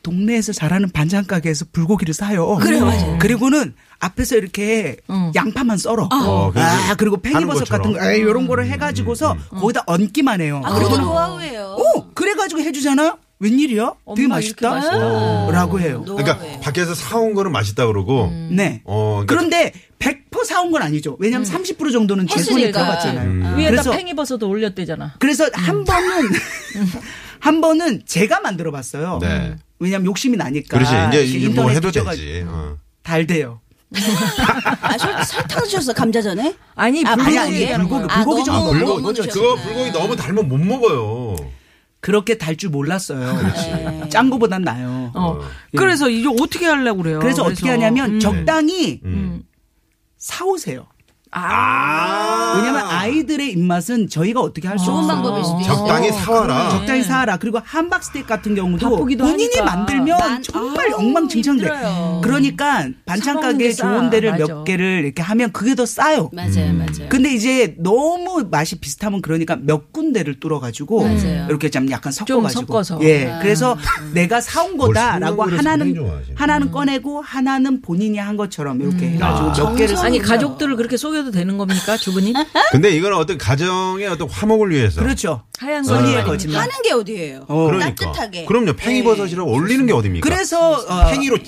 Speaker 8: 동네에서 잘하는 반찬 가게에서 불고기를 사요. 그래 맞아요. 그리고는 앞에서 이렇게 양파만 썰어.
Speaker 2: 어, 그리고
Speaker 8: 아 그리고 팽이버섯
Speaker 2: 하는
Speaker 8: 같은
Speaker 2: 것처럼. 음,
Speaker 8: 거 이런 거를 해가지고서 거기다 얹기만 해요.
Speaker 9: 아, 그래도 노하우예요.
Speaker 8: 오 그래가지고 해주잖아. 웬일이야? 되게
Speaker 7: 엄마 이렇게 맛있다.
Speaker 8: 맛있다라고 해요.
Speaker 2: 그러니까
Speaker 9: 노하우예요.
Speaker 2: 밖에서 사온 거는 맛있다 그러고
Speaker 8: 네.
Speaker 2: 어, 그러니까-
Speaker 8: 그런데 100% 사온 건 아니죠. 왜냐하면 30% 정도는 제 손에
Speaker 9: 했으니까.
Speaker 8: 들어갔잖아요.
Speaker 2: 음.
Speaker 7: 위에다
Speaker 8: 그래서
Speaker 7: 예, 팽이버섯도 올렸대잖아.
Speaker 8: 그래서 한 번은 (laughs) 한 번은 제가 만들어 봤어요.
Speaker 2: 네.
Speaker 8: 왜냐면 욕심이 나니까.
Speaker 2: 그렇지 이제, 이제
Speaker 8: 그러니까 인터넷
Speaker 2: 뭐 해도
Speaker 8: 뒤져가-
Speaker 2: 되지. 어.
Speaker 8: 달대요.
Speaker 9: 아, 설, 설탕 주셨어 감자전에?
Speaker 7: 아니,
Speaker 9: 아,
Speaker 7: 불고기
Speaker 8: 아니, 아니,
Speaker 7: 얘기하는
Speaker 8: 불고기,
Speaker 7: 거야.
Speaker 9: 아,
Speaker 8: 불고기 좀
Speaker 2: 아,
Speaker 9: 너무,
Speaker 8: 먹어.
Speaker 9: 너무
Speaker 2: 불고기
Speaker 9: 드셨구나.
Speaker 2: 그거 불고기 너무 달면 못 먹어요.
Speaker 8: 그렇게 달 줄 몰랐어요. 짠 거보단 나요.
Speaker 7: 어. 그래서 이거 어떻게 하려고 그래요?
Speaker 8: 그래서 어떻게 하냐면
Speaker 7: 음.
Speaker 8: 적당히
Speaker 2: 음.
Speaker 8: 사오세요.
Speaker 2: 아.
Speaker 8: 왜냐면 아이들의 입맛은 저희가 어떻게 할 수 없어요.
Speaker 9: 좋은 방법일 수도 있어.
Speaker 2: 적당히 사와라.
Speaker 8: 적당히 사라. 그리고 함박스테이크 같은 경우도
Speaker 7: 네. 바쁘기도
Speaker 8: 본인이
Speaker 7: 하니까.
Speaker 8: 만들면
Speaker 9: 만-
Speaker 8: 정말
Speaker 9: 아우,
Speaker 8: 엉망진창돼.
Speaker 9: 힘들어요.
Speaker 8: 그러니까 반찬
Speaker 7: 사먹는 게
Speaker 8: 가게
Speaker 7: 싸.
Speaker 8: 좋은 데를
Speaker 7: 맞아.
Speaker 8: 몇 개를 이렇게 하면 그게 더 싸요.
Speaker 9: 맞아요,
Speaker 7: 음.
Speaker 9: 맞아요.
Speaker 7: 그
Speaker 8: 근데 이제 너무 맛이 비슷하면 그러니까 몇 군데를 뚫어가지고
Speaker 9: 맞아요.
Speaker 8: 이렇게 좀 약간 섞어가지고
Speaker 7: 섞어서. 아.
Speaker 8: 예 그래서 내가 사온 거다라고
Speaker 2: 뭘 섞는
Speaker 8: 하나는
Speaker 2: 걸 좋아하시네.
Speaker 8: 하나는 꺼내고 하나는 본인이 한 것처럼
Speaker 2: 음.
Speaker 8: 이렇게 해가지고 몇 개를
Speaker 7: 아니
Speaker 8: 섞어서.
Speaker 7: 가족들을 그렇게 속여도 되는 겁니까 주부님?
Speaker 2: 근데 이건 어떤 가정의 어떤 화목을 위해서.
Speaker 8: 그렇죠
Speaker 7: (laughs) 하얀
Speaker 8: 선의의
Speaker 7: 거짓말.
Speaker 8: 거짓말
Speaker 9: 하는 게 어디예요?
Speaker 8: 어.
Speaker 2: 그러니까.
Speaker 9: 따뜻하게.
Speaker 2: 그럼요. 팽이버섯이라고 올리는 게 어딥니까?
Speaker 8: 네. 그래서 어,
Speaker 2: 팽이로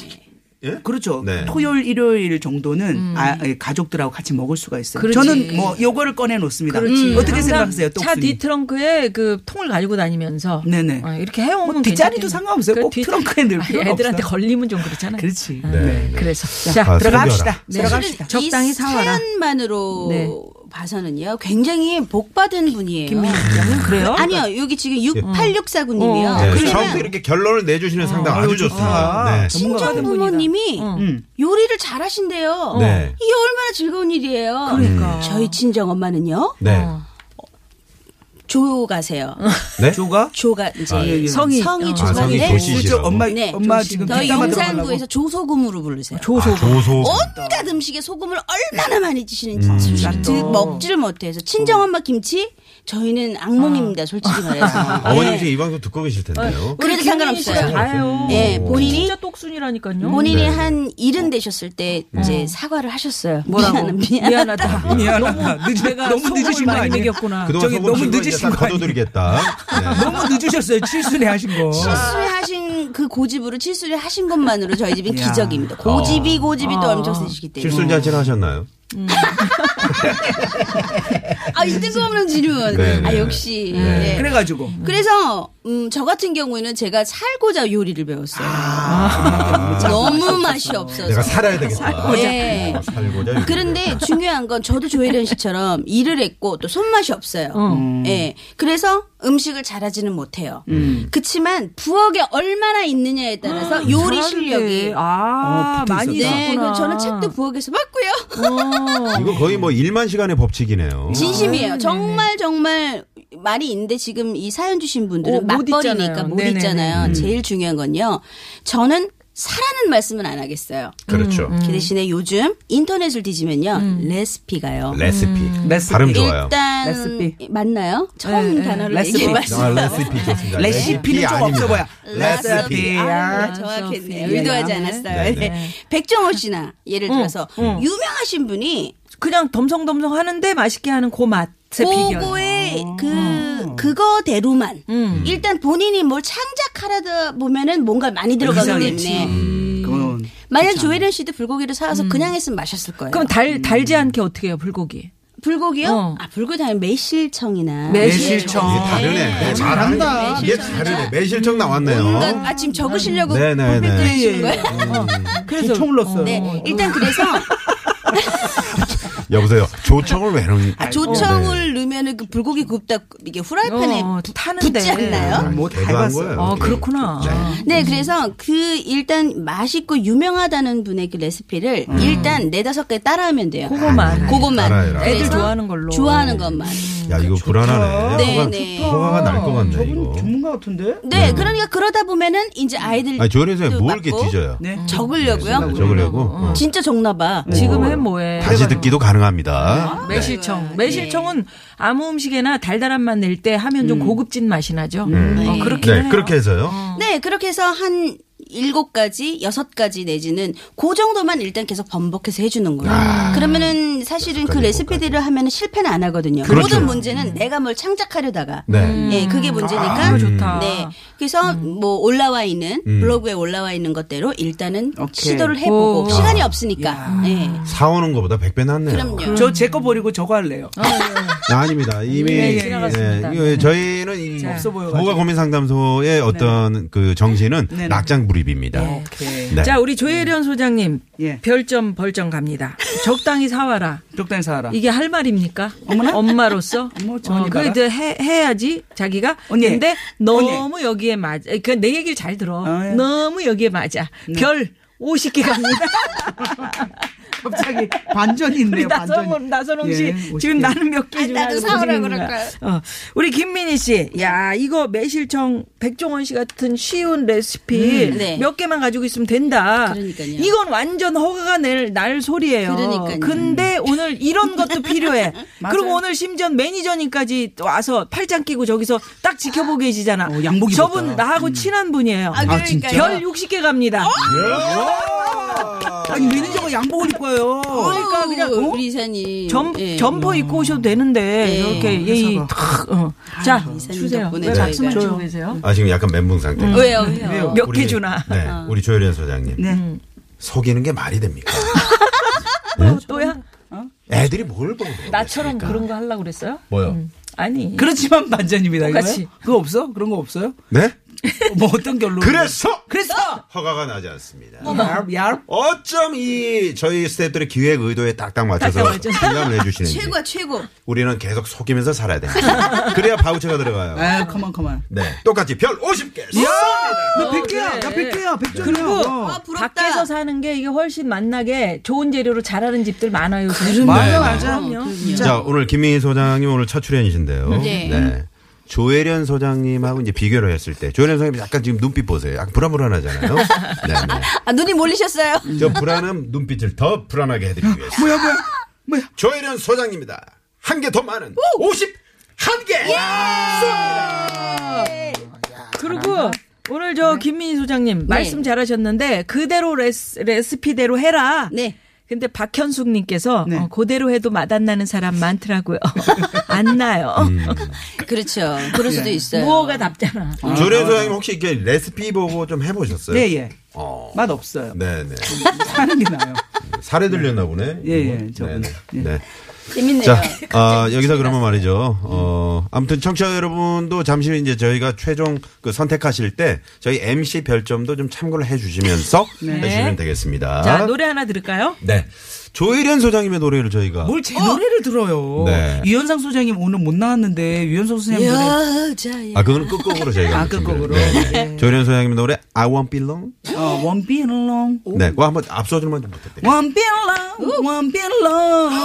Speaker 2: 예?
Speaker 8: 그렇죠.
Speaker 2: 네.
Speaker 8: 토요일, 일요일 정도는 아, 예, 가족들하고 같이 먹을 수가 있어요.
Speaker 7: 그렇지.
Speaker 8: 저는 뭐 요거를 꺼내 놓습니다. 음.
Speaker 7: 그렇지.
Speaker 8: 어떻게
Speaker 7: 항상
Speaker 8: 생각하세요? 똑순이.
Speaker 7: 차 뒤트렁크에 그 통을 가지고 다니면서
Speaker 8: 네네.
Speaker 7: 어, 이렇게 해오면
Speaker 8: 뭐 뒷자리도
Speaker 7: 괜찮겠네.
Speaker 8: 상관없어요.
Speaker 7: 그래,
Speaker 8: 꼭 트렁크에 넣을
Speaker 7: 아,
Speaker 8: 필요는
Speaker 7: 애들한테
Speaker 8: 없어요.
Speaker 7: 걸리면 좀 그렇잖아요.
Speaker 8: 그렇지.
Speaker 7: 아,
Speaker 2: 네, 네.
Speaker 7: 그래서 자
Speaker 2: 아,
Speaker 8: 들어갑시다.
Speaker 2: 숨겨라.
Speaker 7: 네.
Speaker 8: 들어갑시다.
Speaker 7: 적당히
Speaker 9: 이
Speaker 7: 사와라.
Speaker 9: 사연만으로
Speaker 7: 네.
Speaker 9: 봐서는요, 굉장히 복 받은 분이에요.
Speaker 7: 김민정은 그래요?
Speaker 9: 아니요, 여기
Speaker 2: 예.
Speaker 9: 지금
Speaker 7: 어,
Speaker 9: 6864군님이요.
Speaker 2: 네, 처음부터
Speaker 9: 그러면
Speaker 2: 이렇게 결론을 내주시는 상담 아주 좋습니다.
Speaker 8: 좋다.
Speaker 2: 네.
Speaker 8: 전문가가 된 분이다.
Speaker 9: 친정부모님이
Speaker 8: 음.
Speaker 9: 요리를 잘하신대요.
Speaker 2: 네. 음.
Speaker 9: 이게 얼마나 즐거운 일이에요.
Speaker 7: 그러니까.
Speaker 9: 저희 친정 엄마는요,
Speaker 2: 네.
Speaker 9: 조가세요.
Speaker 2: 네?
Speaker 8: 조가
Speaker 9: 조가 이제
Speaker 2: 아, 예, 예.
Speaker 9: 성이
Speaker 7: 아,
Speaker 2: 아, 성이
Speaker 9: 조가인데
Speaker 2: 조씨.
Speaker 8: 저 엄마
Speaker 9: 네.
Speaker 8: 엄마
Speaker 7: 조심.
Speaker 8: 지금
Speaker 9: 저희
Speaker 8: 뒷담화 들어가려고.
Speaker 9: 영산구에서 조소금으로 부르세요.
Speaker 2: 아,
Speaker 7: 조소.
Speaker 2: 조소.
Speaker 9: 온갖 음식에 소금을 얼마나 많이 드시는지 드- 먹지를 못해서 친정엄마 김치 저희는 악몽입니다 솔직히
Speaker 8: 아,
Speaker 9: 말해서
Speaker 8: 네.
Speaker 2: 어머님 지금 이 방송 듣고 계실
Speaker 8: 어,
Speaker 2: 텐데요.
Speaker 9: 그래도 상관없어요.
Speaker 7: 아요. 네,
Speaker 9: 예 본인이
Speaker 7: 진짜 똑순이라니까요.
Speaker 9: 본인이
Speaker 2: 네.
Speaker 9: 한 일흔 되셨을 때 이제 사과를 하셨어요
Speaker 7: 뭐라고
Speaker 9: 미안
Speaker 7: 미안하다. (laughs)
Speaker 8: 미안하다. 늦,
Speaker 7: 내가
Speaker 8: 너무 늦으신 거
Speaker 7: 많이
Speaker 8: 아니에요?
Speaker 7: 먹였구나.
Speaker 2: 그동안
Speaker 8: 저기
Speaker 2: 속은
Speaker 8: 너무
Speaker 2: 신고 이제
Speaker 8: 늦으신
Speaker 2: 다
Speaker 8: 거 아니에요?
Speaker 2: 거둬드리겠다. 네.
Speaker 8: 너무 늦으셨어요. 칠순에 하신 거.
Speaker 9: 실수하신 그 고집으로 실수를 하신 것만으로 저희 집이
Speaker 8: 야.
Speaker 9: 기적입니다 고집이 고집이 또 엄청 세시기 때문에
Speaker 2: 실술 잔치를 하셨나요?
Speaker 9: 아이 뜬금없는 질문
Speaker 2: 네,
Speaker 9: 아
Speaker 2: 네.
Speaker 9: 역시
Speaker 2: 네.
Speaker 9: 예.
Speaker 8: 그래가지고
Speaker 9: 그래서 음, 저 같은 경우에는 제가 살고자 요리를 배웠어요.
Speaker 8: 아,
Speaker 9: 너무 맛이
Speaker 2: 아, 내가
Speaker 9: 없어서.
Speaker 2: 살아야 되겠다.
Speaker 9: 예.
Speaker 7: 네.
Speaker 2: 내가 살고자 이렇게.
Speaker 9: 그런데 중요한 건 저도 조혜련 씨처럼 일을 했고 또 손맛이 없어요. 예. 그래서 음식을 잘하지는 못해요. 그치만 부엌에 얼마나 있느냐에 따라서 요리 실력이
Speaker 7: 아
Speaker 8: 어, 붙어
Speaker 7: 많이
Speaker 8: 있었다.
Speaker 9: 네,
Speaker 7: 있었구나.
Speaker 9: 그 저는 책도 부엌에서 봤고요.
Speaker 7: 어.
Speaker 2: 이거 거의 뭐 일만 시간의 법칙이네요.
Speaker 7: 아.
Speaker 9: 진심이에요. 정말 정말 말이 있는데 지금 이 사연 주신
Speaker 7: 어,
Speaker 9: 분들은
Speaker 7: 못
Speaker 9: 맞벌이니까
Speaker 7: 있잖아요.
Speaker 9: 못
Speaker 7: 네네네.
Speaker 9: 있잖아요. 음. 제일 중요한 건요. 저는 사라는 말씀은 안 하겠어요.
Speaker 2: 그렇죠.
Speaker 7: 음.
Speaker 8: 음,
Speaker 9: 그 대신에 요즘 인터넷을 뒤지면요. 레시피가요.
Speaker 2: 레시피.
Speaker 8: 음. 레시피.
Speaker 2: 발음 좋아요.
Speaker 9: 일단
Speaker 8: 레시피.
Speaker 9: 맞나요? 처음
Speaker 7: 네, 네.
Speaker 9: 단어를
Speaker 8: 레시피.
Speaker 9: 얘기해
Speaker 2: 아,
Speaker 9: 봤어요.
Speaker 2: 레시피 좋습니다.
Speaker 8: 레시피는 좀
Speaker 2: 아닙니다.
Speaker 8: 없어 보여.
Speaker 2: 레시피.
Speaker 9: 아,
Speaker 8: 레시피야.
Speaker 9: 정확했네요.
Speaker 8: 레시피야.
Speaker 9: 의도하지 않았어요.
Speaker 2: 네,
Speaker 9: 네,
Speaker 2: 네.
Speaker 9: 백종원 씨나 예를 들어서 유명하신 분이
Speaker 7: 그냥 덤성덤성 하는데 맛있게 하는 그 맛의 비결.
Speaker 9: 고고의 그 그거대로만 일단 본인이 뭘 창작하라다 보면은 뭔가 많이 들어가기
Speaker 8: 이상했지.
Speaker 9: 때문에
Speaker 8: 그건
Speaker 9: 만약 조혜련 씨도 불고기를 사와서 그냥 했으면 마셨을 거예요.
Speaker 7: 그럼 달 달지 않게 어떻게 해요 불고기?
Speaker 9: 불고기요?
Speaker 7: 어.
Speaker 9: 아 불고기 다음에 매실청이나
Speaker 8: 매실청.
Speaker 2: 이게 다르네.
Speaker 9: 네. 매실청.
Speaker 2: 잘한다. 이게 다르네. 매실청 나왔네요.
Speaker 9: 아 지금 적으시려고
Speaker 2: 네, 네,
Speaker 9: 불빛
Speaker 2: 네.
Speaker 9: 들이시는 거예요?
Speaker 8: 그래서 총을 어, 넣었어요.
Speaker 9: 네. 일단 그래서
Speaker 2: 여보세요. 조청을 왜 넣는?
Speaker 9: 아, 조청을 넣으면은 그 불고기 굽다 이게 후라이팬에
Speaker 7: 어,
Speaker 9: 부-
Speaker 7: 타는데.
Speaker 9: 붙지 않나요?
Speaker 8: 뭐
Speaker 2: 대단한
Speaker 8: 닮았어요.
Speaker 2: 거예요.
Speaker 7: 아
Speaker 2: 이게.
Speaker 7: 그렇구나.
Speaker 2: 네.
Speaker 9: 네, 그래서 그 일단 맛있고 유명하다는 분의 그 레시피를 일단 네다섯 개 따라하면 돼요.
Speaker 2: 네.
Speaker 7: 그거만.
Speaker 9: 그것만.
Speaker 2: 따라 해라.
Speaker 7: 애들
Speaker 9: 그래서
Speaker 7: 좋아하는 걸로.
Speaker 9: 좋아하는 것만.
Speaker 2: 야 이거 불안하네.
Speaker 9: 네,
Speaker 2: 허가,
Speaker 9: 네.
Speaker 2: 허가가 날 것 같네 이거.
Speaker 8: 음, 전문가 같은데?
Speaker 9: 네, 그러니까 그러다 보면은 이제 아이들
Speaker 2: 음. 아니 조연에서 뭘 이렇게
Speaker 9: 맞고
Speaker 2: 뒤져요?
Speaker 8: 네.
Speaker 9: 적으려고요.
Speaker 2: 적으려고. 어.
Speaker 9: 진짜 적나 봐.
Speaker 7: 지금 해 뭐해? 네.
Speaker 2: 다시 듣기도 가능합니다. 네.
Speaker 7: 매실청.
Speaker 9: 네.
Speaker 7: 매실청은 아무 음식에나 달달한 맛 낼 때 하면 좀 고급진 맛이 나죠. 어, 그렇게
Speaker 2: 음. 네,
Speaker 7: 해요.
Speaker 2: 그렇게 해서요.
Speaker 9: 네, 그렇게 해서 한 일곱 가지, 여섯 가지 내지는 그 정도만 일단 계속 번복해서 해주는 거예요. 그러면은 사실은
Speaker 2: 여섯
Speaker 9: 그
Speaker 2: 가지,
Speaker 9: 레시피들을 하면은 실패는 안 하거든요.
Speaker 2: 그렇죠.
Speaker 9: 모든 문제는 내가 뭘 창작하려다가.
Speaker 2: 네.
Speaker 9: 네, 그게 문제니까.
Speaker 7: 아, 좋다.
Speaker 9: 네. 그래서
Speaker 2: 음.
Speaker 9: 뭐 올라와 있는 블로그에 올라와 있는 것대로 일단은
Speaker 8: 오케이.
Speaker 9: 시도를 해보고
Speaker 7: 오.
Speaker 9: 시간이 없으니까. 네.
Speaker 2: 사오는 것보다 100배 낫네요.
Speaker 9: 그럼요.
Speaker 8: 저 제 거 버리고 저거 할래요.
Speaker 2: 아, 아닙니다. 이미
Speaker 7: 예, 예, 지나갔습니다.
Speaker 2: 이거
Speaker 7: 네.
Speaker 2: 저희는 이
Speaker 8: 없어 보여가지고.
Speaker 2: 부가 고민 상담소의 어떤 그 정신은
Speaker 8: 네, 네.
Speaker 2: 낙장불입입니다.
Speaker 8: 오케이.
Speaker 2: 네.
Speaker 7: 자, 우리 조혜련 소장님.
Speaker 8: 예.
Speaker 7: 별점 벌점 갑니다. 적당히 사와라.
Speaker 8: 적당히 사라.
Speaker 7: 이게 할 말입니까?
Speaker 8: (laughs)
Speaker 7: 엄마로서?
Speaker 8: 뭐 전이
Speaker 7: 그
Speaker 8: 봐라.
Speaker 7: 이제 해, 해야지 자기가.
Speaker 8: 언니.
Speaker 7: 근데 너무 여기에 맞아. 그 내 얘기를 잘 들어.
Speaker 8: 아, 예. 네.
Speaker 7: 너무 여기에 맞아. 별 50개 갑니다.
Speaker 8: 갑자기 반전이 있네요.
Speaker 7: 우리
Speaker 8: 반전이.
Speaker 7: 나선홍, 나선홍
Speaker 8: 예,
Speaker 7: 씨 지금
Speaker 8: 멋있게.
Speaker 7: 나는 몇 개 주나
Speaker 9: 나도
Speaker 7: 하고
Speaker 9: 사오라
Speaker 7: 고생했구나.
Speaker 9: 그럴까요?
Speaker 7: 어. 우리 김민희 씨, 야 이거 매실청 백종원 씨 같은 쉬운 레시피
Speaker 8: 음.
Speaker 9: 네.
Speaker 7: 몇 개만 가지고 있으면 된다.
Speaker 9: 그러니까요.
Speaker 7: 이건 완전 허가가 낼, 날 소리예요.
Speaker 9: 그러니까요.
Speaker 7: 근데 오늘 이런
Speaker 9: (laughs)
Speaker 7: 것도 필요해. 그리고 오늘 심지어 매니저님까지 와서 팔짱 끼고 저기서 딱 지켜보고 계시잖아.
Speaker 8: 어, 양복 입었다.
Speaker 7: 저분 나하고 친한 분이에요.
Speaker 9: 아, 그러니까요. 어?
Speaker 8: 진짜?
Speaker 7: 별 60개 갑니다.
Speaker 8: 아니 매니저가 양복을 입고 와요.
Speaker 9: 그러니까
Speaker 7: 그냥, 어?
Speaker 9: 우리 이사님
Speaker 7: 점,
Speaker 9: 예.
Speaker 7: 점퍼 입고 오셔도 되는데,
Speaker 9: 예.
Speaker 7: 이렇게 예의 탁, 어. 자,
Speaker 9: 이사님
Speaker 7: 주세요.
Speaker 9: 덕분에
Speaker 7: 왜
Speaker 9: 저희가 음.
Speaker 7: 박수만
Speaker 9: 줘요.
Speaker 7: 치고 계세요?
Speaker 2: 아 지금 약간 멘붕 상태.
Speaker 9: 음. 왜요? 왜요?
Speaker 7: 몇
Speaker 2: 우리-
Speaker 7: 개 주나?
Speaker 2: 네, 우리 조혜련 소장님.
Speaker 8: 네.
Speaker 2: 속이는 게 말이 됩니까?
Speaker 9: 뭐
Speaker 7: 또, 또야?
Speaker 2: 애들이 뭘 보고 그러겠습니까?
Speaker 7: 나처럼 그런 거 하려고 그랬어요?
Speaker 2: 뭐요?
Speaker 7: 아니.
Speaker 8: 그렇지만 반전입니다. 이거.
Speaker 7: 똑같이.
Speaker 8: 그거 없어? 그런 거 없어요?
Speaker 2: 네?
Speaker 8: 뭐 어떤 어, 뭐, 결론?
Speaker 2: 그래서
Speaker 8: 그래서
Speaker 2: 허가가 나지 않습니다.
Speaker 8: 야, 야,
Speaker 2: 어쩜 이 저희 스태프들의 기획 의도에 딱딱 맞춰서 판단을 해주시는지
Speaker 9: (laughs) 최고야 최고.
Speaker 2: 우리는 계속 속이면서 살아야 됩니다. 그래야 바우처가 들어가요.
Speaker 8: 아, 컴온 컴온.
Speaker 2: 네, 똑같이 별 50개.
Speaker 8: 나
Speaker 7: 어,
Speaker 8: 100개야. 나
Speaker 7: 그래.
Speaker 8: 100개야. 100점이야.
Speaker 7: 그리고
Speaker 9: 아 부럽다.
Speaker 7: 밖에서 사는 게 이게 훨씬 맛나게 좋은 재료로 잘하는 집들 많아요.
Speaker 2: 네,
Speaker 7: 요즘.
Speaker 8: 맞아 맞아.
Speaker 7: 그럼요.
Speaker 2: 자, 오늘 김민희 소장님 오늘 첫 출연이신데요.
Speaker 9: 네.
Speaker 2: 조혜련 소장님하고 이제 비교를 했을 때 조혜련 소장님 약간 지금 눈빛 보세요. 약간 불안불안하잖아요. 네, 네.
Speaker 9: 아 눈이 몰리셨어요?
Speaker 2: 저 불안한 눈빛을 더 불안하게 해드리기
Speaker 8: (laughs)
Speaker 2: 위해서.
Speaker 8: 뭐야 뭐야. 뭐야.
Speaker 2: 조혜련 소장입니다. 한 개 더 많은 51개!
Speaker 7: 아, 그리고 오늘 저 김민희 소장님
Speaker 9: 네.
Speaker 7: 말씀 잘하셨는데 그대로 레스, 레시피대로 해라.
Speaker 9: 네.
Speaker 7: 근데 박현숙님께서
Speaker 8: 네.
Speaker 7: 어, 그대로 해도 맛안 나는 사람 많더라고요. (laughs) 안 나요.
Speaker 9: 그렇죠. 그럴
Speaker 7: 예.
Speaker 9: 수도 있어요.
Speaker 7: 무어가 답잖아.
Speaker 2: 조혜련 소장님 혹시 이게 레시피 보고 좀 해보셨어요?
Speaker 8: 예 예.
Speaker 2: 어.
Speaker 8: 맛 없어요.
Speaker 2: 네네.
Speaker 8: 사는 게 나아요.
Speaker 2: 사례 들렸나 보네.
Speaker 8: 예, 예,
Speaker 2: 이거.
Speaker 8: 저분.
Speaker 2: 네네.
Speaker 8: 예.
Speaker 2: 네.
Speaker 9: 재밌네요.
Speaker 2: 자, 아, 여기서 그러면 말이죠. 어, 아무튼 청취자 여러분도 잠시 후 이제 저희가 최종 그 선택하실 때 저희 MC 별점도 좀 참고를 해 주시면서 해주시면 되겠습니다.
Speaker 7: 자 노래 하나 들을까요?
Speaker 2: 네. 조혜련 소장님의 노래를 저희가.
Speaker 8: 뭘 제 노래를 들어요.
Speaker 2: 어. 네.
Speaker 8: 유현상 소장님 오늘 못 나왔는데 유현상 소장님 노래
Speaker 9: 여자야.
Speaker 2: 아, 그거는 끝곡으로 저희가.
Speaker 8: 아,
Speaker 2: 한번 준비를.
Speaker 8: 끝곡으로.
Speaker 2: 네, 네. 조혜련 소장님의 노래 I want belong.
Speaker 8: 어, 원빌롱
Speaker 2: 네. 그거 한번 앞서주면 좀 부탁드립니다.
Speaker 8: 원빌롱 원빌롱